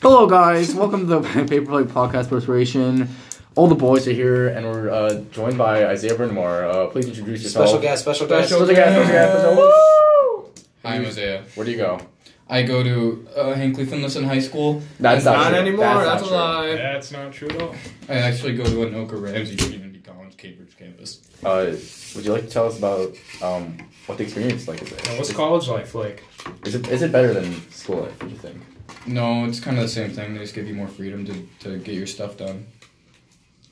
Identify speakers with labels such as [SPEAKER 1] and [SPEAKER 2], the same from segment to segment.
[SPEAKER 1] Hello, guys. Welcome to the Paperplate Podcast Perspiration. All the boys are here, and we're uh, joined by Isaiah Brynmore. Uh, please introduce yourself.
[SPEAKER 2] Special guest, special guest.
[SPEAKER 1] Special guest. Special guest. Woo!
[SPEAKER 3] Hi, I'm Isaiah.
[SPEAKER 1] Where do you go?
[SPEAKER 3] I go to uh, Hinckley Finlayson High School.
[SPEAKER 1] That's not,
[SPEAKER 2] Not
[SPEAKER 1] true.
[SPEAKER 2] anymore. That's,
[SPEAKER 1] not
[SPEAKER 2] a
[SPEAKER 1] true.
[SPEAKER 2] lie.
[SPEAKER 4] That's not true at all.
[SPEAKER 3] I actually go to Anoka Ramsey Community College Cambridge campus.
[SPEAKER 1] Uh, would you like to tell us about um, what the experience like is? It?
[SPEAKER 4] Now, what's college life like?
[SPEAKER 1] Is it is it better than school life? What do you think?
[SPEAKER 3] No, it's kind of the same thing. They just give you more freedom to, to get your stuff done.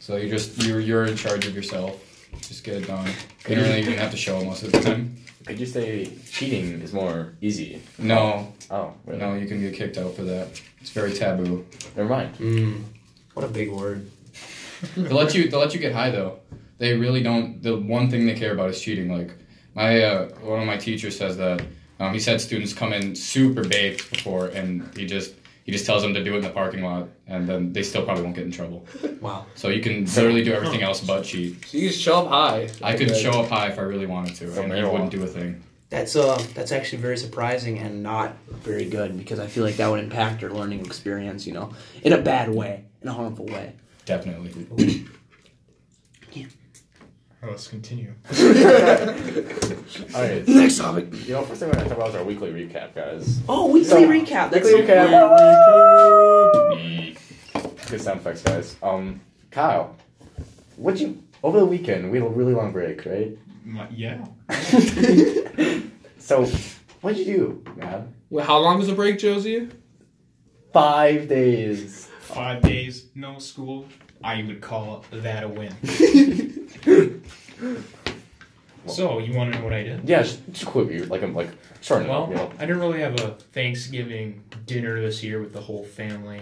[SPEAKER 3] So you just you're you're in charge of yourself. Just get it done. You don't really even have to show it most of the time.
[SPEAKER 1] Could you say cheating is more easy?
[SPEAKER 3] No,
[SPEAKER 1] Oh, really?
[SPEAKER 3] no, you can get kicked out for that. It's very taboo.
[SPEAKER 1] Never mind.
[SPEAKER 2] What a big word.
[SPEAKER 3] They let you they let you get high though. They really don't. The one thing they care about is cheating. Like my uh, one of my teachers says that um, he's had students come in super baked before, and he just he just tells them to do it in the parking lot, and then they still probably won't get in trouble.
[SPEAKER 2] Wow.
[SPEAKER 3] So you can literally do everything else but cheat.
[SPEAKER 4] So you just show up high.
[SPEAKER 3] I could show up high if I really wanted to, and I
[SPEAKER 1] marijuana.
[SPEAKER 3] wouldn't do a thing.
[SPEAKER 2] That's uh, that's actually very surprising and not very good because I feel like that would impact your learning experience, you know, in a bad way, in a harmful way.
[SPEAKER 3] Definitely.
[SPEAKER 4] Oh, let's continue.
[SPEAKER 1] All right.
[SPEAKER 2] Next topic.
[SPEAKER 1] You know, first thing we're gonna talk about is our weekly recap, guys.
[SPEAKER 2] Oh, weekly
[SPEAKER 1] So-
[SPEAKER 2] recap. That's
[SPEAKER 1] Weekly recap. Good sound effects, guys. Um, Kyle, what you over the weekend? We had a really long break, right?
[SPEAKER 4] My, yeah.
[SPEAKER 1] so, what'd you do, man?
[SPEAKER 4] Well, how long was the break, Josie?
[SPEAKER 1] Five days.
[SPEAKER 4] Five days, no school. I would call that a win. so you want to know what I did?
[SPEAKER 1] Yeah, just, just quickly, like I'm like starting
[SPEAKER 4] Well,
[SPEAKER 1] off. You know.
[SPEAKER 4] I didn't really have a Thanksgiving dinner this year with the whole family.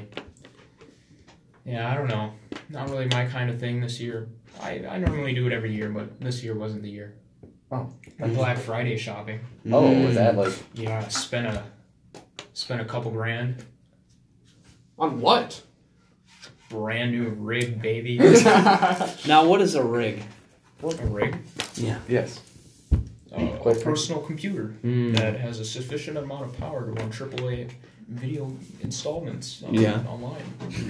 [SPEAKER 4] Yeah, I don't know. Not really my kind of thing this year. I, I normally do it every year, but this year wasn't the year.
[SPEAKER 1] Oh.
[SPEAKER 4] And Black Friday shopping.
[SPEAKER 1] Oh, was that like?
[SPEAKER 4] Yeah, I spent a spent a couple grand.
[SPEAKER 5] On what?
[SPEAKER 4] Brand new rig, baby.
[SPEAKER 2] Now, what is a rig?
[SPEAKER 4] a rig.
[SPEAKER 1] Yes.
[SPEAKER 4] Uh, a
[SPEAKER 1] Quite
[SPEAKER 4] personal computer
[SPEAKER 2] Hmm.
[SPEAKER 4] that has a sufficient amount of power to run AAA video installments on,
[SPEAKER 2] Yeah.
[SPEAKER 4] online.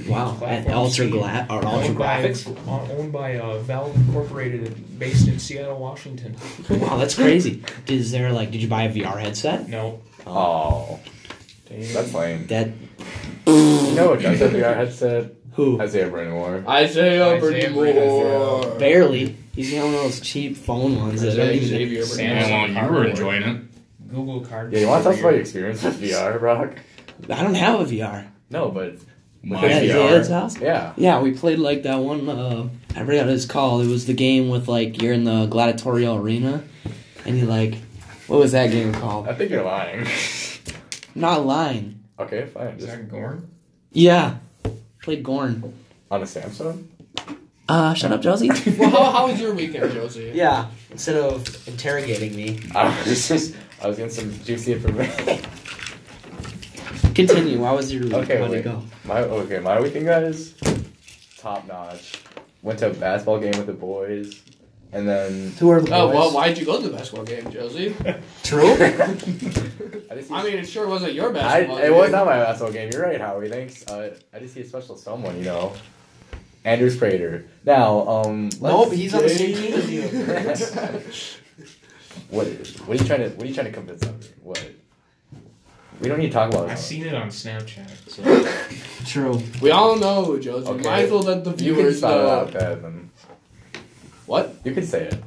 [SPEAKER 2] Wow. At Ultra Gla- or Ultra
[SPEAKER 4] Owned by,
[SPEAKER 2] Graphics.
[SPEAKER 4] uh, owned by uh, Valve Incorporated, based in Seattle, Washington.
[SPEAKER 2] Wow, that's crazy. Is there like, did you buy a VR headset?
[SPEAKER 4] No,
[SPEAKER 1] Oh,
[SPEAKER 4] Damn.
[SPEAKER 1] that's lame.
[SPEAKER 2] That
[SPEAKER 1] No, it doesn't. VR headset.
[SPEAKER 2] who?
[SPEAKER 1] Isaiah Brennmore.
[SPEAKER 5] Isaiah
[SPEAKER 4] Isaiah
[SPEAKER 5] Bernard.
[SPEAKER 2] Barely. He's got one of those cheap phone ones that don't even.
[SPEAKER 3] And
[SPEAKER 4] Samsung
[SPEAKER 3] while you were
[SPEAKER 4] cardboard.
[SPEAKER 3] enjoying it,
[SPEAKER 4] Google Cardboard.
[SPEAKER 1] Yeah, you want to talk about your experience with VR, Brock?
[SPEAKER 2] I don't have a VR.
[SPEAKER 1] No, but
[SPEAKER 3] my
[SPEAKER 2] Yeah,
[SPEAKER 1] Hey,
[SPEAKER 2] yeah,
[SPEAKER 1] VR.
[SPEAKER 2] that's awesome.
[SPEAKER 1] yeah.
[SPEAKER 2] Yeah, we played like that one. Uh, I forgot what it's called. It was the game with like you're in the gladiatorial arena, and you like, what was that game called?
[SPEAKER 1] I think you're lying.
[SPEAKER 2] Not lying.
[SPEAKER 1] Okay, fine.
[SPEAKER 4] Is
[SPEAKER 1] Just
[SPEAKER 4] that Gorn?
[SPEAKER 2] Yeah, played Gorn.
[SPEAKER 1] on a Samsung.
[SPEAKER 2] Uh, shut up, Josie.
[SPEAKER 5] Well, how, how was your weekend, Josie?
[SPEAKER 2] yeah, instead of interrogating me,
[SPEAKER 1] I was just, I was getting some juicy information.
[SPEAKER 2] continue. Why was your
[SPEAKER 1] Okay,
[SPEAKER 2] how'd
[SPEAKER 1] wait.
[SPEAKER 2] it go?
[SPEAKER 1] My okay, my weekend guys, top notch. Went to a basketball game with the boys, and then
[SPEAKER 2] Who are the boys?
[SPEAKER 5] Oh, well, why'd you go to the basketball game, Josie?
[SPEAKER 2] True.
[SPEAKER 1] I just.
[SPEAKER 5] I mean, it sure wasn't your
[SPEAKER 1] I,
[SPEAKER 5] basketball
[SPEAKER 1] it
[SPEAKER 5] game.
[SPEAKER 1] was not my basketball game. You're right, Howie. Thanks. Uh, I just see a special someone, you know, Anders Prater. Now, um, let's
[SPEAKER 2] nope, he's on the same
[SPEAKER 1] get-
[SPEAKER 2] team as you.
[SPEAKER 1] what? What are you trying to? What are you trying to convince us? What? We don't need to talk about
[SPEAKER 4] I've
[SPEAKER 1] this.
[SPEAKER 4] seen it on Snapchat. So.
[SPEAKER 2] True.
[SPEAKER 5] We all know, Josie.
[SPEAKER 1] Okay.
[SPEAKER 5] Might as well let the
[SPEAKER 1] You can
[SPEAKER 5] viewers
[SPEAKER 1] spell it out
[SPEAKER 5] know.
[SPEAKER 1] better than
[SPEAKER 5] What?
[SPEAKER 1] you can say it.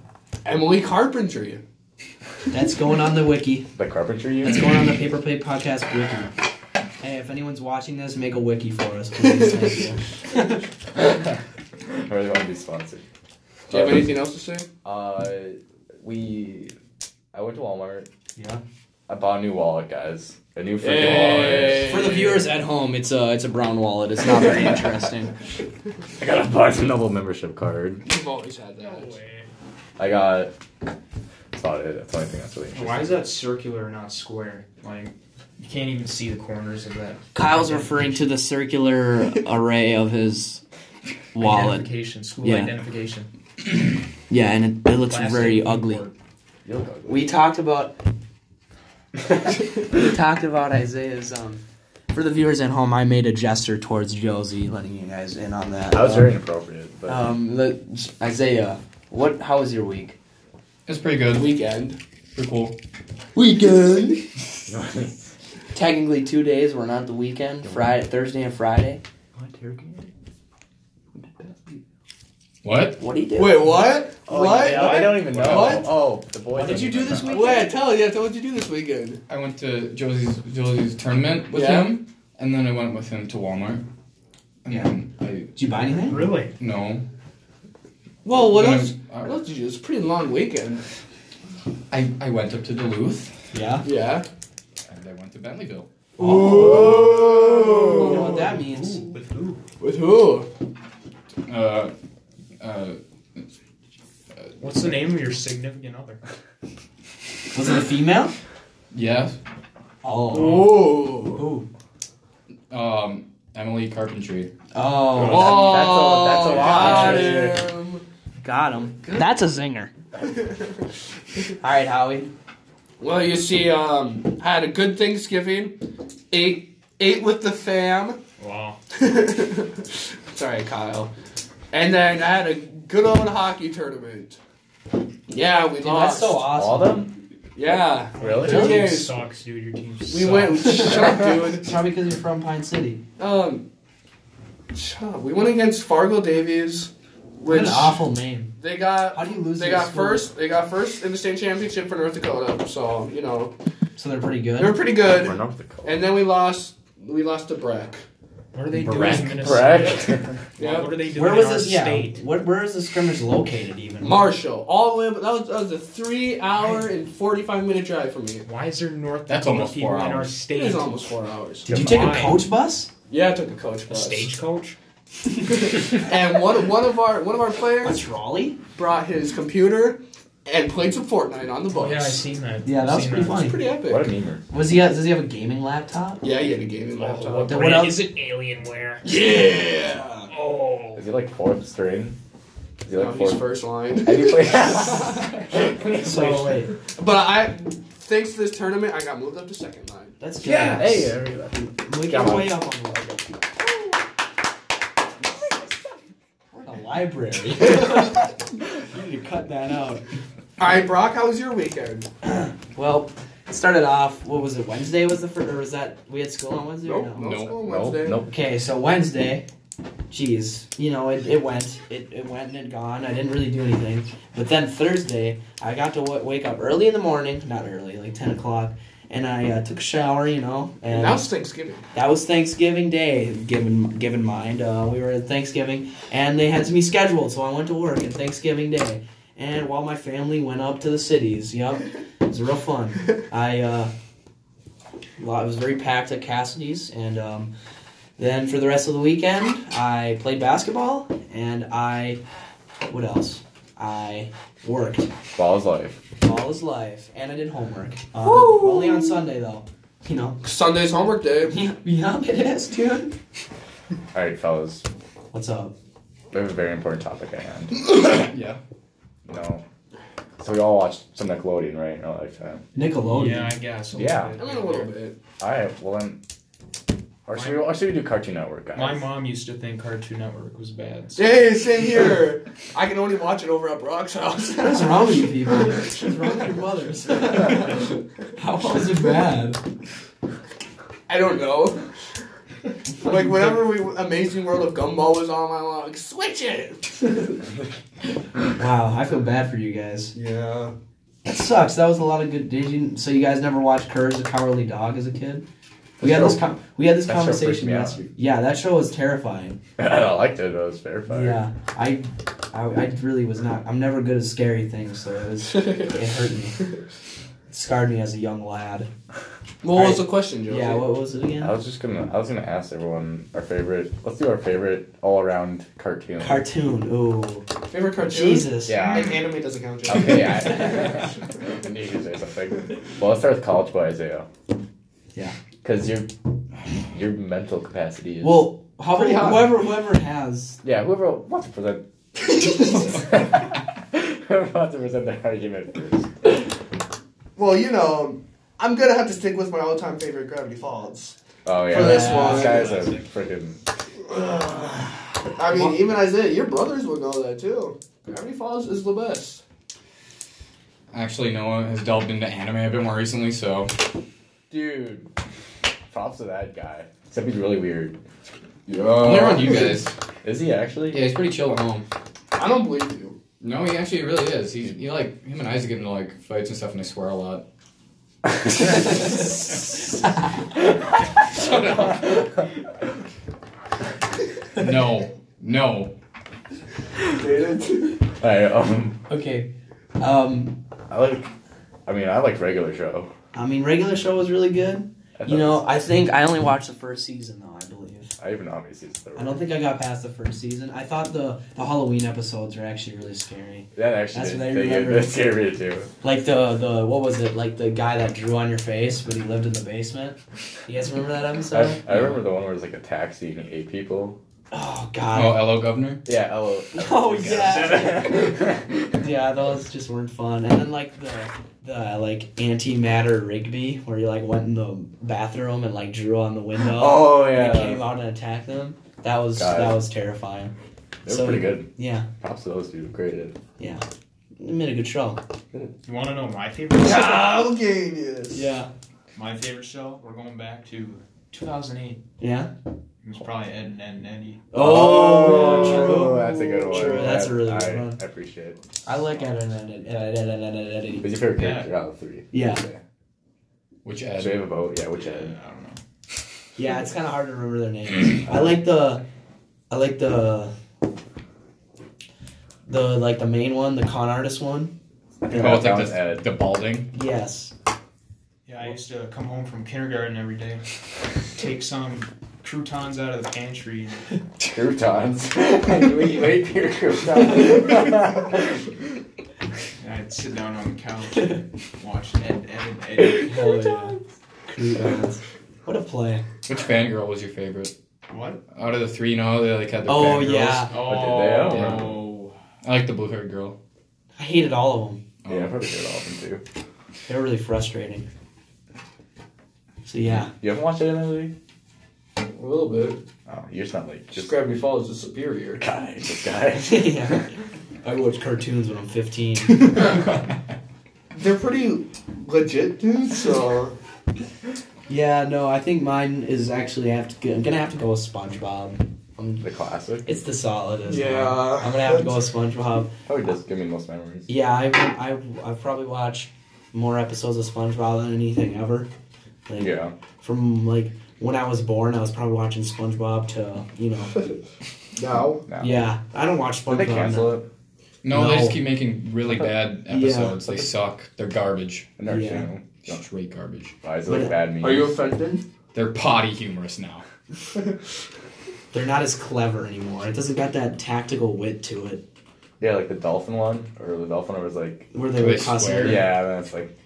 [SPEAKER 5] Emily Carpentry.
[SPEAKER 2] That's going on the wiki.
[SPEAKER 1] The carpentry
[SPEAKER 2] That's
[SPEAKER 1] unit.
[SPEAKER 2] going on the Paper Plate Podcast wiki. Hey, if anyone's watching this, make a wiki for us, please. Thank you.
[SPEAKER 1] I really want to be sponsored.
[SPEAKER 5] Do you have
[SPEAKER 1] Uh,
[SPEAKER 5] anything else to say?
[SPEAKER 1] Uh, we. I went to Walmart.
[SPEAKER 2] Yeah.
[SPEAKER 1] I bought a new wallet, guys. A new freaking
[SPEAKER 5] Yay.
[SPEAKER 2] For the viewers at home, it's a it's a brown wallet. It's not very interesting.
[SPEAKER 1] wallet. I got a Barnes and Noble membership card.
[SPEAKER 5] You've always had
[SPEAKER 4] No
[SPEAKER 5] that.
[SPEAKER 4] way.
[SPEAKER 1] I got. That's about it. That's the only thing that's really interesting.
[SPEAKER 4] Why is that circular and not square? Like, you can't even see the corners of that.
[SPEAKER 2] Kyle's referring to the circular array of his wallet.
[SPEAKER 4] Identification, school
[SPEAKER 2] Yeah.
[SPEAKER 4] identification.
[SPEAKER 2] Yeah, and it, it looks
[SPEAKER 4] Plastic
[SPEAKER 2] very ugly.
[SPEAKER 4] import.
[SPEAKER 1] You look ugly.
[SPEAKER 2] We talked about we talked about Isaiah's um for the viewers at home, I made a gesture towards Josie, letting you guys in on that.
[SPEAKER 1] That was
[SPEAKER 2] Um,
[SPEAKER 1] very inappropriate. But
[SPEAKER 2] Um, the, Isaiah, what? How was your week?
[SPEAKER 3] It's pretty good.
[SPEAKER 5] Weekend.
[SPEAKER 3] Pretty cool.
[SPEAKER 2] Weekend. Technically, two days. We're not the weekend. Friday, Thursday, and Friday.
[SPEAKER 3] What?
[SPEAKER 2] What do you do?
[SPEAKER 5] Wait, what?
[SPEAKER 1] Oh,
[SPEAKER 5] what?
[SPEAKER 1] yeah, they don't even know.
[SPEAKER 5] What?
[SPEAKER 1] Oh, the boy.
[SPEAKER 2] What did you do this week?
[SPEAKER 5] Wait, tell yeah, tell what'd you do this weekend?
[SPEAKER 3] I went to Josie's Josie's tournament with
[SPEAKER 5] Yeah.
[SPEAKER 3] him, and then I went with him to Walmart. And
[SPEAKER 5] Yeah.
[SPEAKER 3] then I
[SPEAKER 2] Did you buy anything?
[SPEAKER 4] Really?
[SPEAKER 3] no.
[SPEAKER 5] Well, what
[SPEAKER 3] Then I-
[SPEAKER 5] else? What else did you do? It's a pretty long weekend.
[SPEAKER 3] I, I went up to Duluth
[SPEAKER 2] Yeah.
[SPEAKER 5] Yeah.
[SPEAKER 3] and I went to Bentleyville.
[SPEAKER 2] You
[SPEAKER 3] Oh!
[SPEAKER 5] Ooh.
[SPEAKER 2] know what that means?
[SPEAKER 4] with who?
[SPEAKER 5] With who?
[SPEAKER 3] Uh, uh,
[SPEAKER 4] What's the name of your significant other?
[SPEAKER 2] Was it a female?
[SPEAKER 3] yeah.
[SPEAKER 2] Oh.
[SPEAKER 5] Ooh.
[SPEAKER 2] Ooh.
[SPEAKER 3] Um, Emily Carpentry.
[SPEAKER 2] Oh.
[SPEAKER 1] Oh, that's a- that's a lot.
[SPEAKER 5] got him.
[SPEAKER 2] Got him. That's a zinger. All right, Howie.
[SPEAKER 5] Well, you see, um, I had a good Thanksgiving. Ate ate with the fam.
[SPEAKER 4] Wow.
[SPEAKER 5] Sorry, Kyle. And then I had a good old hockey tournament. Yeah, we lost.
[SPEAKER 1] All of them?
[SPEAKER 5] Yeah,
[SPEAKER 1] Really?
[SPEAKER 5] Two
[SPEAKER 4] Your team
[SPEAKER 5] games.
[SPEAKER 4] sucks, dude. Your team sucks.
[SPEAKER 5] we went. Shut up, dude.
[SPEAKER 2] Probably because you're from Pine City.
[SPEAKER 5] Um, shut up. We went against Fargo Davies,
[SPEAKER 2] What
[SPEAKER 5] which
[SPEAKER 2] an awful name.
[SPEAKER 5] they got.
[SPEAKER 2] How do you lose?
[SPEAKER 5] They
[SPEAKER 2] to a
[SPEAKER 5] got
[SPEAKER 2] school-
[SPEAKER 5] first. They got first in the state championship for North Dakota. So you know
[SPEAKER 2] So they're pretty
[SPEAKER 5] they were
[SPEAKER 2] good.
[SPEAKER 5] pretty
[SPEAKER 1] Or
[SPEAKER 5] good.
[SPEAKER 1] North Dakota.
[SPEAKER 5] And then we lost. We lost to Breck.
[SPEAKER 4] What are they doing
[SPEAKER 3] Brack.
[SPEAKER 4] in Minnesota?
[SPEAKER 1] Correct.
[SPEAKER 5] Yeah.
[SPEAKER 4] What are they doing
[SPEAKER 2] Where
[SPEAKER 4] in
[SPEAKER 2] was
[SPEAKER 4] our
[SPEAKER 2] this? Yeah.
[SPEAKER 4] state?
[SPEAKER 2] What? Where is the scrimmage located? Even.
[SPEAKER 5] Marshall, all the way. That was, that was a three-hour and forty-five minute drive for me.
[SPEAKER 4] Why is there North
[SPEAKER 3] That's
[SPEAKER 4] Dakota
[SPEAKER 3] almost
[SPEAKER 4] people
[SPEAKER 3] four
[SPEAKER 4] in our
[SPEAKER 3] hours.
[SPEAKER 5] It
[SPEAKER 4] state?
[SPEAKER 5] was almost four hours.
[SPEAKER 2] Did you take a
[SPEAKER 4] Combined.
[SPEAKER 2] coach bus?
[SPEAKER 5] Yeah, I took a coach
[SPEAKER 4] a
[SPEAKER 5] bus.
[SPEAKER 4] stagecoach?
[SPEAKER 5] And one one of our one of our players
[SPEAKER 2] What's Raleigh?
[SPEAKER 5] brought his computer and played some Fortnite on the bus.
[SPEAKER 4] Yeah, I seen that.
[SPEAKER 2] Yeah, that was
[SPEAKER 4] Seen
[SPEAKER 2] pretty
[SPEAKER 5] It's
[SPEAKER 2] funny.
[SPEAKER 5] pretty epic.
[SPEAKER 1] what a memer.
[SPEAKER 2] Was he? Does he have a gaming laptop?
[SPEAKER 5] Yeah, he had a gaming
[SPEAKER 4] Oh,
[SPEAKER 5] laptop.
[SPEAKER 4] what
[SPEAKER 2] Then what
[SPEAKER 4] brand is
[SPEAKER 2] else?
[SPEAKER 4] it? Alienware.
[SPEAKER 5] Yeah.
[SPEAKER 4] Oh.
[SPEAKER 1] Is he like fourth string? Is he
[SPEAKER 5] No,
[SPEAKER 1] like
[SPEAKER 5] he's
[SPEAKER 1] fourth?
[SPEAKER 5] first line.
[SPEAKER 1] Have you played?
[SPEAKER 2] So wait,
[SPEAKER 5] But I, thanks to this tournament, I got moved up to second line.
[SPEAKER 2] that's good.
[SPEAKER 1] yeah. Hey. there we go.
[SPEAKER 2] we
[SPEAKER 1] Come
[SPEAKER 2] got
[SPEAKER 1] on.
[SPEAKER 2] way up on the level. We're in a library. you need to cut that out.
[SPEAKER 5] All right, Brock, how was your weekend?
[SPEAKER 2] Well, it started off. What was it? Wednesday was the first, or was that we had school on Wednesday? Or
[SPEAKER 5] Nope,
[SPEAKER 2] no?
[SPEAKER 5] no
[SPEAKER 3] Nope,
[SPEAKER 5] school on
[SPEAKER 1] Nope.
[SPEAKER 5] Wednesday.
[SPEAKER 1] Nope.
[SPEAKER 2] Okay, so Wednesday, geez, you know, it, it went, it, it went and it gone. I didn't really do anything. But then Thursday, I got to w- wake up early in the morning, not early, like 10 o'clock, and I uh, took a shower, you know. And
[SPEAKER 5] And that was Thanksgiving.
[SPEAKER 2] that was Thanksgiving Day, given given mind. Uh, we were at Thanksgiving, and they had me scheduled, so I went to work at Thanksgiving Day. And while my family went up to the cities, yep, it was real fun. I uh, lo- it was very packed at Cassidy's, and um, then for the rest of the weekend, I played basketball, and I what else? I worked
[SPEAKER 1] Ball's life.
[SPEAKER 2] all his life, and I did homework. Um,
[SPEAKER 5] Woo!
[SPEAKER 2] only on Sunday though, you know.
[SPEAKER 5] Sunday's homework day.
[SPEAKER 2] Yeah, yeah, it is, dude.
[SPEAKER 1] All right, fellas.
[SPEAKER 2] What's up?
[SPEAKER 1] We have a very important topic at hand.
[SPEAKER 3] Yeah.
[SPEAKER 1] No. So we all watched some Nickelodeon, right? In our lifetime.
[SPEAKER 2] Nickelodeon.
[SPEAKER 4] Yeah, I guess. a
[SPEAKER 1] Yeah.
[SPEAKER 5] I
[SPEAKER 4] little
[SPEAKER 5] mean,
[SPEAKER 4] bit.
[SPEAKER 5] a little bit.
[SPEAKER 1] All right. Well then. Or should, we, or should we do Cartoon Network, guys?
[SPEAKER 4] My mom used to think Cartoon Network was bad. so-
[SPEAKER 5] Hey, same here. I can only watch it over at Brock's house.
[SPEAKER 2] What is wrong with you people? What's wrong with your mothers? How was it bad?
[SPEAKER 5] I don't know. Like whenever we Amazing World of Gumball was on, I was like, switch it.
[SPEAKER 2] Wow, I feel bad for you guys.
[SPEAKER 5] yeah.
[SPEAKER 2] That sucks. That was a lot of good. Did you? So you guys never watched Courage the Cowardly Dog as a kid? We had this. Com- we had this
[SPEAKER 1] That show freaked
[SPEAKER 2] conversation
[SPEAKER 1] me out.
[SPEAKER 2] last week. Yeah, that show was terrifying.
[SPEAKER 1] I liked it. It was terrifying.
[SPEAKER 2] Yeah, I, I, I really was not. I'm never good at scary things, so it was. it hurt me. It scarred me as a young lad.
[SPEAKER 5] What was the question, Joe?
[SPEAKER 2] Yeah. What was it
[SPEAKER 1] I
[SPEAKER 2] again?
[SPEAKER 1] was just gonna. I was gonna ask everyone our favorite. Let's do our favorite all-around cartoon.
[SPEAKER 2] Cartoon. Ooh.
[SPEAKER 5] Favorite cartoon?
[SPEAKER 2] Jesus.
[SPEAKER 1] Yeah.
[SPEAKER 5] And anime doesn't count, Joe.
[SPEAKER 1] Okay. I, I need to say something. Well, let's start with College Boy Isaiah.
[SPEAKER 2] Yeah.
[SPEAKER 1] Because your your mental capacity is.
[SPEAKER 2] Well, how
[SPEAKER 5] Pretty high.
[SPEAKER 2] whoever whoever has
[SPEAKER 1] Yeah. Whoever wants to present. whoever wants to present their argument first.
[SPEAKER 5] Well, you know, I'm gonna have to stick with my all-time favorite, Gravity Falls.
[SPEAKER 1] Oh yeah.
[SPEAKER 5] For this
[SPEAKER 1] This
[SPEAKER 5] one.
[SPEAKER 1] guy's a freaking.
[SPEAKER 5] I mean, even Isaiah, your brothers would know that too. Gravity Falls is the best.
[SPEAKER 3] Actually, Noah has delved into anime a bit more recently, so
[SPEAKER 1] Dude. Props to that guy. Except he's really weird.
[SPEAKER 3] I'm
[SPEAKER 1] Yo.
[SPEAKER 3] there with you guys.
[SPEAKER 1] Is he actually?
[SPEAKER 3] Oh. Yeah, he's pretty chill at home.
[SPEAKER 5] I don't believe you.
[SPEAKER 3] No, he actually really is. He's he like him and Isaac get into like fights and stuff, and they swear a lot. Shut up. No, no.
[SPEAKER 5] Dated.
[SPEAKER 1] I um.
[SPEAKER 2] Okay. Um,
[SPEAKER 1] I like. I mean, I like regular show.
[SPEAKER 2] I mean, regular show was really good.
[SPEAKER 1] I
[SPEAKER 2] You
[SPEAKER 1] thought-
[SPEAKER 2] know, I think I only watched the first season though. I believe.
[SPEAKER 1] I even obviously. it's the-
[SPEAKER 2] I don't think I got past the first season. I thought the the Halloween episodes are actually really scary.
[SPEAKER 1] That actually.
[SPEAKER 2] That's
[SPEAKER 1] did-
[SPEAKER 2] what I
[SPEAKER 1] they-
[SPEAKER 2] remember.
[SPEAKER 1] That scared me too.
[SPEAKER 2] Like the the what was it? Like the guy that drew on your face, but he lived in the basement. You guys remember that episode?
[SPEAKER 1] I, I remember the one where it was like a taxi and he ate people.
[SPEAKER 2] Oh
[SPEAKER 3] Oh,
[SPEAKER 2] God.
[SPEAKER 3] hello, governor.
[SPEAKER 1] Yeah. Oh.
[SPEAKER 2] Oh, yeah. Yeah, those just weren't fun. And then like the the like antimatter Rigby, where he like went in the bathroom and like drew on the window.
[SPEAKER 1] oh
[SPEAKER 2] and
[SPEAKER 1] yeah.
[SPEAKER 2] they came out and attacked them. That was
[SPEAKER 1] God.
[SPEAKER 2] that was terrifying.
[SPEAKER 1] They were
[SPEAKER 2] So-
[SPEAKER 1] pretty good.
[SPEAKER 2] Yeah,
[SPEAKER 1] Props to those two. Created.
[SPEAKER 2] they made a good show.
[SPEAKER 4] You want to know my favorite? show?
[SPEAKER 5] Child genius.
[SPEAKER 2] Yeah,
[SPEAKER 4] My favorite show. We're going back to 2008.
[SPEAKER 2] yeah.
[SPEAKER 4] It was probably Ed and Ed and Eddie.
[SPEAKER 2] Oh,
[SPEAKER 1] Oh,
[SPEAKER 2] true.
[SPEAKER 1] That's a good one.
[SPEAKER 2] True, that's
[SPEAKER 1] That-
[SPEAKER 2] a really good
[SPEAKER 1] I,
[SPEAKER 2] one.
[SPEAKER 1] I appreciate it.
[SPEAKER 2] I like Ed and Ed- Ed- Ed- Ed- Ed- Ed- Ed- Ed-
[SPEAKER 1] Who's your favorite character out of the three?
[SPEAKER 2] Yeah,
[SPEAKER 3] Which
[SPEAKER 1] Yeah.
[SPEAKER 3] Ed?
[SPEAKER 1] Should we have a vote? Yeah, which
[SPEAKER 4] Yeah,
[SPEAKER 1] Ed?
[SPEAKER 4] Uh, I don't know.
[SPEAKER 2] yeah. It's kind of hard to remember their names. I like the, I like the, the like the main one, the con artist one.
[SPEAKER 1] I
[SPEAKER 3] Oh,
[SPEAKER 1] think
[SPEAKER 3] it's
[SPEAKER 1] that
[SPEAKER 3] like
[SPEAKER 1] was
[SPEAKER 3] the,
[SPEAKER 1] Ed.
[SPEAKER 3] the balding.
[SPEAKER 2] Yes.
[SPEAKER 4] Yeah, I used to come home from kindergarten every day, take some croutons out of the pantry.
[SPEAKER 1] Croutons. wait, wait, here, croutons.
[SPEAKER 4] And I'd sit down on the couch and watch Ed, Ed, and Eddie.
[SPEAKER 2] Hell yeah. Croutons. What a play.
[SPEAKER 3] Which fangirl was your favorite?
[SPEAKER 4] What?
[SPEAKER 3] Out of the three, you know, how they like had the
[SPEAKER 2] Oh
[SPEAKER 3] fangirls?
[SPEAKER 2] yeah,
[SPEAKER 1] Oh,
[SPEAKER 3] did they? I don't
[SPEAKER 4] Oh.
[SPEAKER 3] I like the blue haired girl.
[SPEAKER 2] I hated all of them.
[SPEAKER 1] yeah, I probably did all of them too.
[SPEAKER 2] They were really frustrating. So yeah.
[SPEAKER 1] You haven't watched Ed and Eddie?
[SPEAKER 5] A little bit.
[SPEAKER 1] Oh, you're just not like
[SPEAKER 5] Just
[SPEAKER 1] just
[SPEAKER 5] Gravity Falls is superior.
[SPEAKER 1] guy, just guy.
[SPEAKER 2] yeah. I watch cartoons when I'm 15.
[SPEAKER 5] They're pretty legit, dude. So
[SPEAKER 2] yeah, no, I think mine is actually I have to. Go, I'm gonna have to go with SpongeBob. I'm,
[SPEAKER 1] the classic.
[SPEAKER 2] it's the solidest.
[SPEAKER 5] Yeah.
[SPEAKER 2] one. I'm gonna have to go with SpongeBob.
[SPEAKER 1] Probably does give me the most memories.
[SPEAKER 2] Yeah, I've i I've probably watched more episodes of SpongeBob than anything ever. Like,
[SPEAKER 1] Yeah.
[SPEAKER 2] From like when I was born, I was probably watching SpongeBob to you know.
[SPEAKER 5] now
[SPEAKER 1] No.
[SPEAKER 2] Yeah, I don't watch SpongeBob.
[SPEAKER 1] Did they
[SPEAKER 2] now.
[SPEAKER 1] cancel it?
[SPEAKER 3] No,
[SPEAKER 2] No.
[SPEAKER 3] they just keep making really bad episodes. They suck. They're garbage.
[SPEAKER 1] I've never
[SPEAKER 2] Yeah.
[SPEAKER 1] seen them.
[SPEAKER 3] Straight garbage.
[SPEAKER 1] Why is it like bad memes?
[SPEAKER 5] Are you offended?
[SPEAKER 3] They're potty humorous now.
[SPEAKER 2] They're not as clever anymore. It doesn't got that tactical wit to it,
[SPEAKER 1] Yeah, like the dolphin one, or the dolphin one was like,
[SPEAKER 2] where they
[SPEAKER 3] Do
[SPEAKER 2] were
[SPEAKER 3] they
[SPEAKER 2] cussing.
[SPEAKER 3] swear?
[SPEAKER 1] yeah, and then it's like,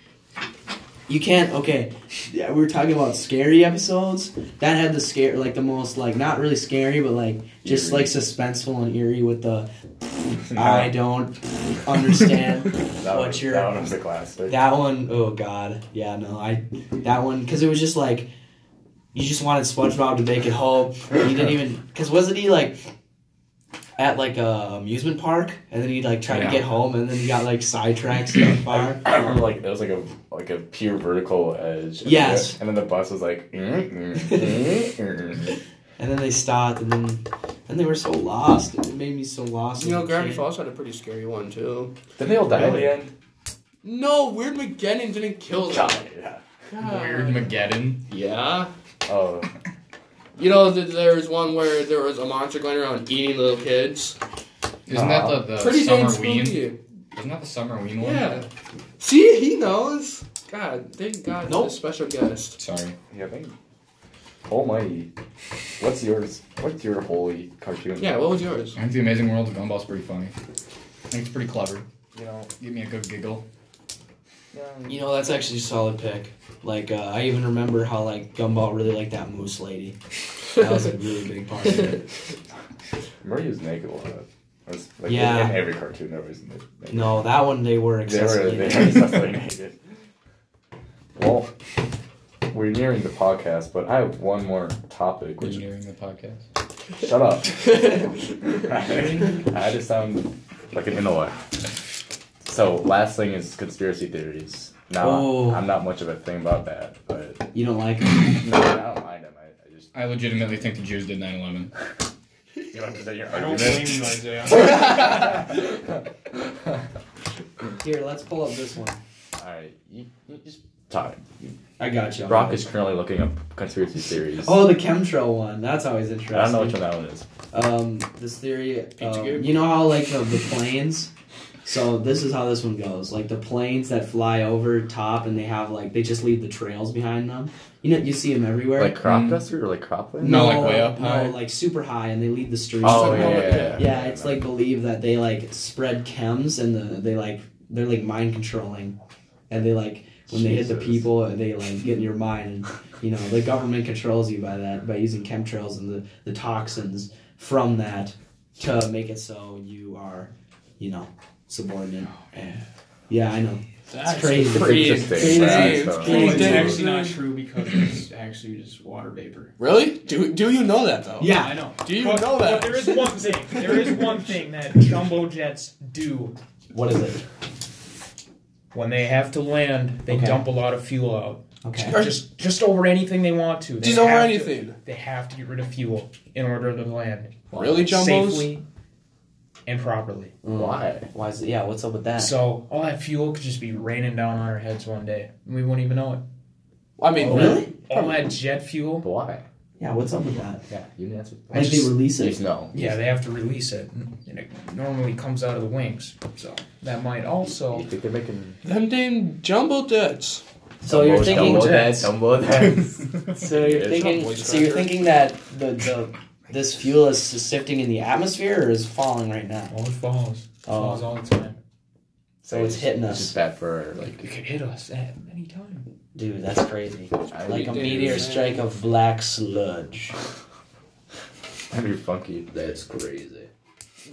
[SPEAKER 2] You can't. Okay, yeah, we were talking about scary episodes. That had the scare, like the most, like not really scary, but like just
[SPEAKER 1] Eerie.
[SPEAKER 2] like suspenseful and eerie with the. I don't understand.
[SPEAKER 1] that
[SPEAKER 2] What's
[SPEAKER 1] one,
[SPEAKER 2] your-
[SPEAKER 1] that one was a classic.
[SPEAKER 2] that one, oh god, yeah, no, I that one because it was just like you just wanted SpongeBob to make it home. You didn't even because wasn't he like at like a amusement park and then he like tried
[SPEAKER 3] Yeah.
[SPEAKER 2] to get home and then he got like sidetracked so far.
[SPEAKER 1] I remember like it was like a like a pure vertical edge. And
[SPEAKER 2] Yes.
[SPEAKER 1] then- and then the bus was like, mm, mm, mm, mm.
[SPEAKER 2] And then they stopped, and then and they were so lost. and It made me so lost.
[SPEAKER 5] You
[SPEAKER 2] as
[SPEAKER 5] know,
[SPEAKER 2] a
[SPEAKER 5] Gravity
[SPEAKER 2] kid.
[SPEAKER 5] Falls had a pretty scary one too.
[SPEAKER 1] Didn't they all die at
[SPEAKER 4] Really?
[SPEAKER 1] the end?
[SPEAKER 5] No, Weird McGinnon didn't kill them.
[SPEAKER 1] God, yeah.
[SPEAKER 5] God.
[SPEAKER 3] Weird Mageddon.
[SPEAKER 5] Yeah.
[SPEAKER 1] Oh,
[SPEAKER 5] You know, th- there was one where there was a monster going around eating little kids.
[SPEAKER 3] Isn't that the, the
[SPEAKER 5] Pretty
[SPEAKER 3] summer
[SPEAKER 5] damn
[SPEAKER 3] ween?
[SPEAKER 5] spooky.
[SPEAKER 3] Isn't that the summer ween one?
[SPEAKER 5] Yeah. See, he knows. God, thank God. No
[SPEAKER 2] Nope.
[SPEAKER 5] special guest.
[SPEAKER 3] Sorry.
[SPEAKER 1] yeah, I think. Almighty, what's yours? What's your holy cartoon?
[SPEAKER 5] Yeah, what was yours?
[SPEAKER 3] I think The Amazing World of Gumball's pretty funny. I think it's pretty clever.
[SPEAKER 1] you know.
[SPEAKER 3] Give me a good giggle.
[SPEAKER 1] Yeah.
[SPEAKER 2] You know, that's actually a solid pick. Like uh, I even remember how like Gumball really liked that moose lady. That was a really big part of it.
[SPEAKER 1] Murray was naked a lot. Or it's, Like,
[SPEAKER 2] Yeah.
[SPEAKER 1] In every cartoon, there was naked.
[SPEAKER 2] No, that one they were
[SPEAKER 1] They were,
[SPEAKER 2] excessively.
[SPEAKER 1] they were excessively naked. Well, we're nearing the podcast, but I have one more topic. Which
[SPEAKER 3] Engineering the podcast.
[SPEAKER 1] shut up.
[SPEAKER 5] That's
[SPEAKER 1] I just sound like an intellect. So last thing is conspiracy theories. Now
[SPEAKER 2] Oh.
[SPEAKER 1] I'm not much of a thing about that, but
[SPEAKER 2] You don't like it.
[SPEAKER 1] no, I don't mind them. I, I just
[SPEAKER 3] I legitimately think the Jews did 9/11.
[SPEAKER 1] you don't have to say your
[SPEAKER 4] I don't
[SPEAKER 1] argument.
[SPEAKER 4] blame you, Isaiah.
[SPEAKER 2] Here, let's pull up this one.
[SPEAKER 1] All right, you, you just talk.
[SPEAKER 2] I got you.
[SPEAKER 1] Brock is currently looking up conspiracy theories.
[SPEAKER 2] Oh, the chemtrail one. That's always
[SPEAKER 1] I
[SPEAKER 2] interesting.
[SPEAKER 1] don't know which one that one is.
[SPEAKER 2] um, this theory. Um,
[SPEAKER 3] Pizzagate.
[SPEAKER 2] you know how like the, the planes. So this is how this one goes. Like the planes that fly over top, and they have like they just leave the trails behind them. You know, you see them everywhere.
[SPEAKER 1] Like crop
[SPEAKER 3] Mm.
[SPEAKER 1] duster or like cropland?
[SPEAKER 3] No, like way up
[SPEAKER 2] no,
[SPEAKER 3] high?
[SPEAKER 2] like super high, and they lead the streets.
[SPEAKER 1] Oh
[SPEAKER 5] like
[SPEAKER 1] yeah,
[SPEAKER 5] all-
[SPEAKER 1] yeah, yeah.
[SPEAKER 2] yeah. It's like believed that they like spread chems, and the, they like they're like mind controlling, and they like when they hit the
[SPEAKER 1] Jesus.
[SPEAKER 2] people, they like get in your mind, and you know the government controls you by that by using chemtrails and the the toxins from that to make it so you are, you know, subordinate. And- yeah, I know.
[SPEAKER 1] pretty
[SPEAKER 2] crazy.
[SPEAKER 5] pretty
[SPEAKER 1] interesting.
[SPEAKER 5] crazy.
[SPEAKER 1] That's, uh,
[SPEAKER 4] Well,
[SPEAKER 5] Crazy.
[SPEAKER 4] it's
[SPEAKER 5] Crazy.
[SPEAKER 4] actually not true because it's actually just water vapor.
[SPEAKER 5] Really? Do do you know that though?
[SPEAKER 4] I know.
[SPEAKER 5] Do you
[SPEAKER 4] But-
[SPEAKER 5] know that?
[SPEAKER 4] But there is one thing. There is one thing that jumbo jets do
[SPEAKER 2] What is it?
[SPEAKER 4] when they have to land. They
[SPEAKER 2] Okay.
[SPEAKER 4] dump a lot of fuel out.
[SPEAKER 2] Okay.
[SPEAKER 5] Or-
[SPEAKER 4] Just just over anything they want to. They
[SPEAKER 5] Just over
[SPEAKER 4] have to-
[SPEAKER 5] anything.
[SPEAKER 4] they have to get rid of fuel in order to land
[SPEAKER 5] Really, jumbos?
[SPEAKER 4] safely and properly.
[SPEAKER 2] Mm.
[SPEAKER 1] Why?
[SPEAKER 2] Why is it? Yeah. What's up with that?
[SPEAKER 4] So all that fuel could just be raining down on our heads one day, and we won't even know it.
[SPEAKER 5] I mean,
[SPEAKER 2] Oh, really?
[SPEAKER 4] All that jet fuel.
[SPEAKER 1] Why?
[SPEAKER 2] Yeah. What's up with that?
[SPEAKER 1] Yeah, you didn't answer.
[SPEAKER 2] Why did they release
[SPEAKER 1] You just
[SPEAKER 2] it?
[SPEAKER 1] know.
[SPEAKER 4] Yeah, they have to release it, and it normally comes out of the wings. So that might also
[SPEAKER 1] You think they're making
[SPEAKER 5] them damn jumbo jets.
[SPEAKER 2] So you're
[SPEAKER 1] Dumbo-
[SPEAKER 2] thinking.
[SPEAKER 1] Dumbo
[SPEAKER 4] jets.
[SPEAKER 1] that, Dumbo that.
[SPEAKER 2] So you're
[SPEAKER 1] It's
[SPEAKER 2] thinking.
[SPEAKER 5] not
[SPEAKER 2] So you're thinking that the, the this fuel is just sifting in the atmosphere or is falling right now?
[SPEAKER 4] oh, it falls. Falls
[SPEAKER 2] Oh,
[SPEAKER 4] all the time.
[SPEAKER 2] so it's hitting
[SPEAKER 1] It's just
[SPEAKER 2] us,
[SPEAKER 1] bad for like.
[SPEAKER 4] Like it could hit us at any time.
[SPEAKER 2] dude. That's crazy.
[SPEAKER 1] I
[SPEAKER 2] Like a
[SPEAKER 1] mean,
[SPEAKER 2] meteor
[SPEAKER 1] dude,
[SPEAKER 2] strike of black sludge.
[SPEAKER 1] That'd be funky.
[SPEAKER 2] That's crazy.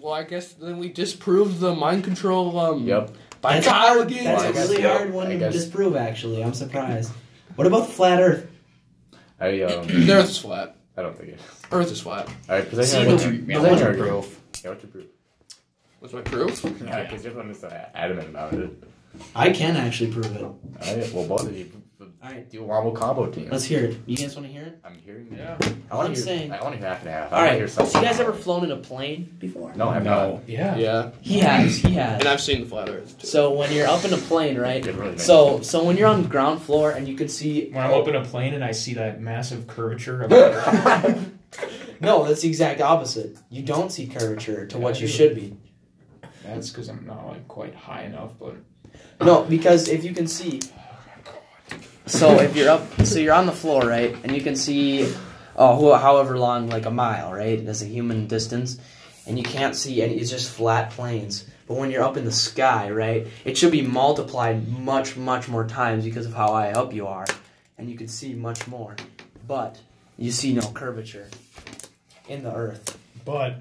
[SPEAKER 5] Well, I guess then we disproved the mind control. Um,
[SPEAKER 1] Yep.
[SPEAKER 5] By
[SPEAKER 2] That's a hard, that's
[SPEAKER 5] Colligan.
[SPEAKER 1] Well, I
[SPEAKER 2] a
[SPEAKER 1] guess-
[SPEAKER 2] really
[SPEAKER 1] yeah,
[SPEAKER 2] hard one
[SPEAKER 1] I
[SPEAKER 2] to
[SPEAKER 1] guess-
[SPEAKER 2] disprove. Actually, I'm surprised. What about the flat Earth?
[SPEAKER 1] I um.
[SPEAKER 5] The Earth is flat.
[SPEAKER 1] I don't think it.
[SPEAKER 5] Earth is flat.
[SPEAKER 1] All right, because I
[SPEAKER 2] See,
[SPEAKER 1] had an
[SPEAKER 2] the-
[SPEAKER 3] What's
[SPEAKER 1] argument.
[SPEAKER 3] your, yeah,
[SPEAKER 1] Because I had
[SPEAKER 3] what's
[SPEAKER 1] an
[SPEAKER 3] your
[SPEAKER 1] argument.
[SPEAKER 3] proof?
[SPEAKER 1] Yeah, what's your proof?
[SPEAKER 5] What's my proof?
[SPEAKER 1] Yeah, because you're the one that's so adamant about it.
[SPEAKER 2] I can actually prove it. All
[SPEAKER 1] All right, well, both of you
[SPEAKER 2] right,
[SPEAKER 1] do a wombo combo team.
[SPEAKER 2] let's hear it. You guys want to hear it?
[SPEAKER 1] I'm hearing.
[SPEAKER 4] Yeah.
[SPEAKER 1] I want
[SPEAKER 2] I'm
[SPEAKER 1] to hear.
[SPEAKER 2] saying-
[SPEAKER 1] I want to hear half and half.
[SPEAKER 2] All
[SPEAKER 1] I wanna
[SPEAKER 2] right.
[SPEAKER 1] Hear
[SPEAKER 2] Have
[SPEAKER 1] something.
[SPEAKER 2] you guys ever flown in a plane before?
[SPEAKER 1] No, I've
[SPEAKER 3] No.
[SPEAKER 4] Yeah.
[SPEAKER 5] Yeah.
[SPEAKER 2] He has. He
[SPEAKER 5] And
[SPEAKER 2] has.
[SPEAKER 5] I've seen the flat Earth. Too.
[SPEAKER 2] So when you're up in a plane, right?
[SPEAKER 1] not. It really makes
[SPEAKER 2] So, so when you're on ground floor and you can see,
[SPEAKER 4] When I'm up in a plane and I see that massive curvature of the ground,
[SPEAKER 2] no, that's the exact opposite. You don't see curvature to what you should be.
[SPEAKER 4] that's because I'm not like quite high enough. But
[SPEAKER 2] No, because if you can see, so if you're up, so you're on the floor, right, and you can see, oh, wh- however long, like a mile, right, that's a human distance, and you can't see, and it's just flat planes. But when you're up in the sky, right, it should be multiplied much, much more times because of how high up you are, and you can see much more. But you see no curvature in the Earth.
[SPEAKER 4] but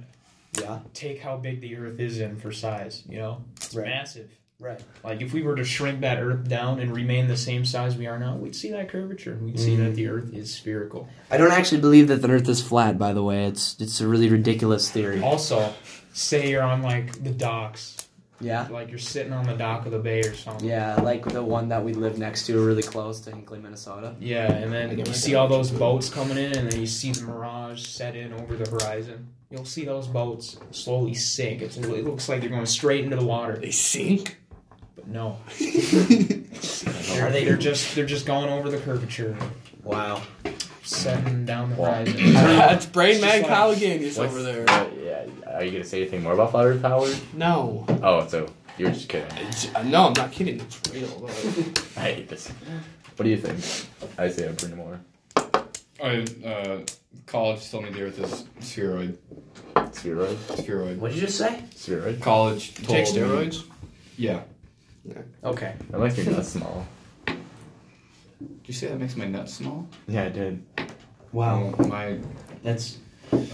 [SPEAKER 2] Yeah,
[SPEAKER 4] take how big the Earth is in for size. You know, it's
[SPEAKER 2] Right.
[SPEAKER 4] massive.
[SPEAKER 2] right.
[SPEAKER 4] Like if we were to shrink that Earth down and remain the same size we are now, we'd see that curvature. We'd see that
[SPEAKER 2] Mm.
[SPEAKER 4] the Earth is spherical.
[SPEAKER 2] I don't actually believe that the Earth is flat. By the way, it's it's a really ridiculous theory.
[SPEAKER 4] Also, say you're on like the docks,
[SPEAKER 2] Yeah,
[SPEAKER 4] like you're sitting on the dock of the bay or something.
[SPEAKER 2] yeah, like the one that we live next to, really close to Hinkley, Minnesota.
[SPEAKER 4] Yeah, and then you see all those boats coming in, and then you see the mirage set in over the horizon. You'll see those boats slowly sink. It's, it looks like they're going straight into the water,
[SPEAKER 5] They sink.
[SPEAKER 4] but no,
[SPEAKER 2] Are
[SPEAKER 4] they're,
[SPEAKER 2] they-
[SPEAKER 4] they're just they're just going over the curvature,
[SPEAKER 2] Wow.
[SPEAKER 4] setting down the
[SPEAKER 1] Wow.
[SPEAKER 4] horizon.
[SPEAKER 5] That's brain
[SPEAKER 4] It's
[SPEAKER 5] mag
[SPEAKER 4] just like-
[SPEAKER 5] Colligan is
[SPEAKER 1] What's-
[SPEAKER 5] over there.
[SPEAKER 1] uh, yeah. Are you gonna say anything more about Flat Earth Power?
[SPEAKER 5] No.
[SPEAKER 1] Oh, so you're just kidding.
[SPEAKER 5] It's- uh, no, I'm not kidding. It's real. though.
[SPEAKER 1] I hate this. What do you think? I say I'm pretty more
[SPEAKER 3] I, uh, college told me the Earth is spheroid.
[SPEAKER 1] spheroid.
[SPEAKER 3] Spheroid.
[SPEAKER 2] What did you just say?
[SPEAKER 1] Spheroid.
[SPEAKER 3] College
[SPEAKER 5] You
[SPEAKER 3] told
[SPEAKER 5] take
[SPEAKER 3] me-
[SPEAKER 5] steroids?
[SPEAKER 3] Yeah.
[SPEAKER 2] Okay.
[SPEAKER 1] That makes me nuts small.
[SPEAKER 3] Did you say that makes my nuts small?
[SPEAKER 1] Yeah, I did.
[SPEAKER 2] Wow.
[SPEAKER 3] Oh, my.
[SPEAKER 2] That's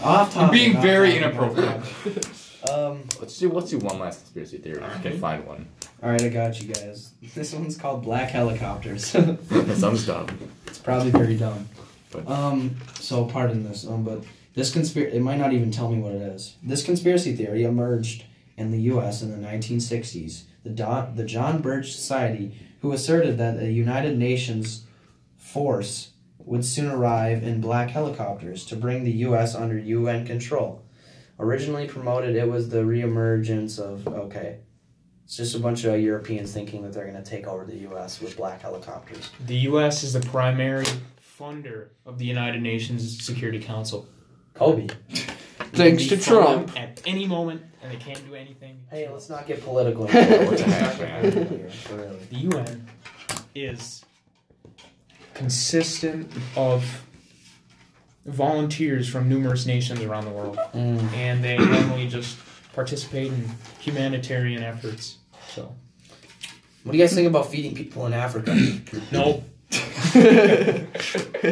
[SPEAKER 2] off
[SPEAKER 3] You're
[SPEAKER 2] topic.
[SPEAKER 3] being
[SPEAKER 2] off
[SPEAKER 3] very
[SPEAKER 2] topic, off
[SPEAKER 3] inappropriate.
[SPEAKER 2] topic. Um.
[SPEAKER 1] Let's do. Let's do one last conspiracy theory. If we can find one.
[SPEAKER 2] All right, I got you guys. This one's called Black Helicopters.
[SPEAKER 1] That sounds dumb.
[SPEAKER 2] It's probably very dumb.
[SPEAKER 1] But-
[SPEAKER 2] Um, so pardon this, um, but this conspiracy, it might not even tell me what it is. This conspiracy theory emerged in the U.S. in the 1960s. The, Don- the John Birch Society, who asserted that a United Nations force would soon arrive in black helicopters to bring the U.S. under UN control. Originally promoted, it was the reemergence of, okay, it's just a bunch of Europeans thinking that they're going to take over the U.S. with black helicopters.
[SPEAKER 4] The U.S. is the primary funder of the United Nations Security Council.
[SPEAKER 2] Kobe.
[SPEAKER 1] Thanks to
[SPEAKER 4] They fund
[SPEAKER 1] Trump.
[SPEAKER 4] them At any moment, and they can't do anything.
[SPEAKER 2] Hey, let's not get political.
[SPEAKER 1] What the heck, man?
[SPEAKER 4] The UN is consistent of volunteers from numerous nations around the world,
[SPEAKER 2] Mm.
[SPEAKER 4] and they normally just participate in humanitarian efforts. So,
[SPEAKER 2] What do you guys think about feeding people in Africa?
[SPEAKER 4] no,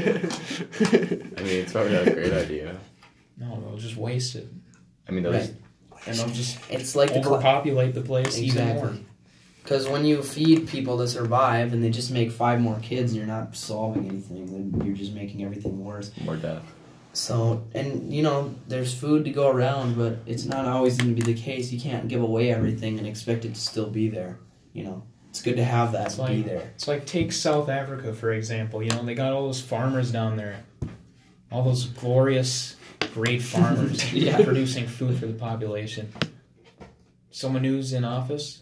[SPEAKER 1] I mean, it's probably not a great idea.
[SPEAKER 4] no, they'll just waste it,
[SPEAKER 1] I mean, those
[SPEAKER 2] Right.
[SPEAKER 4] and they'll just
[SPEAKER 2] It's like the cl-
[SPEAKER 4] overpopulate the place even more.
[SPEAKER 2] exactly. Because when you feed people to survive and they just make five more kids, you're not solving anything. Then You're just making everything worse.
[SPEAKER 1] more death.
[SPEAKER 2] So, and you know, there's food to go around, but it's not always going to be the case. You can't give away everything and expect it to still be there. You know, it's good to have that
[SPEAKER 4] It's
[SPEAKER 2] be
[SPEAKER 4] like-
[SPEAKER 2] there.
[SPEAKER 4] It's like take South Africa for example. You know they got all those farmers down there, all those glorious, great farmers
[SPEAKER 2] Yeah.
[SPEAKER 4] producing food for the population. Someone who's in office,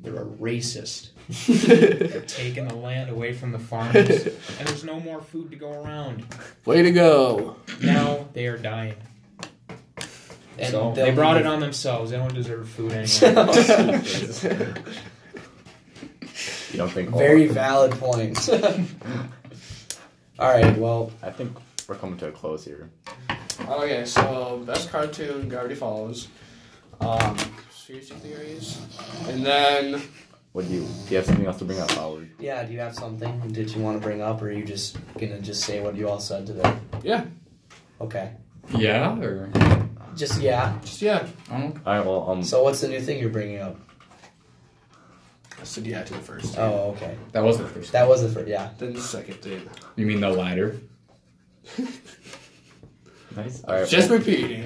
[SPEAKER 4] they're a racist. They're taking the land away from the farmers, and there's no more food to go around.
[SPEAKER 1] Way to go.
[SPEAKER 4] Now they are dying.
[SPEAKER 2] And
[SPEAKER 4] so
[SPEAKER 2] they'll
[SPEAKER 4] they brought
[SPEAKER 2] leave.
[SPEAKER 4] it on themselves. They don't deserve food anymore.
[SPEAKER 1] You don't think all-
[SPEAKER 2] Very
[SPEAKER 5] Oh.
[SPEAKER 2] valid point. All right, well,
[SPEAKER 1] I think we're coming to a close here.
[SPEAKER 5] Okay, so best cartoon, Gravity Falls. Um, conspiracy theories, and then
[SPEAKER 1] What do you? Do you have something else to bring up, Howard?
[SPEAKER 2] yeah, do you have something did you want to bring up or are you just going to just say what you all said today?
[SPEAKER 5] Yeah.
[SPEAKER 2] Okay.
[SPEAKER 3] Yeah, or
[SPEAKER 2] Just yeah.
[SPEAKER 5] just yeah,
[SPEAKER 3] I don't.
[SPEAKER 1] All right. Well, um,
[SPEAKER 2] So what's the new thing you're bringing up?
[SPEAKER 5] I said yeah to the first.
[SPEAKER 2] Oh, okay.
[SPEAKER 3] That was the first.
[SPEAKER 2] That was the first, yeah.
[SPEAKER 5] Then the second thing.
[SPEAKER 3] You mean the lighter?
[SPEAKER 1] nice. All right.
[SPEAKER 5] Just repeating.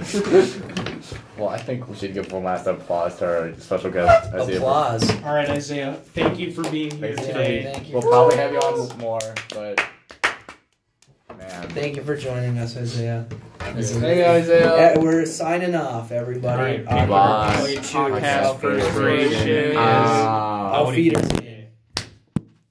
[SPEAKER 1] well, I think we should give one last applause to our special guest. Isaiah.
[SPEAKER 2] Applause.
[SPEAKER 4] all right, Isaiah. Thank you for being here
[SPEAKER 1] Thanks for
[SPEAKER 4] today.
[SPEAKER 1] being-
[SPEAKER 2] Thank you.
[SPEAKER 1] We'll probably have you on more, but man,
[SPEAKER 2] Thank you for joining us, Isaiah.
[SPEAKER 5] hey Isaiah.
[SPEAKER 2] Yeah, we're signing off, everybody.
[SPEAKER 4] All right,
[SPEAKER 1] Bye.
[SPEAKER 2] Awkward.
[SPEAKER 4] Podcast
[SPEAKER 2] Awkward.
[SPEAKER 4] Perspiration is
[SPEAKER 1] Ah.
[SPEAKER 4] Oh.
[SPEAKER 2] Auf Wiedersehen.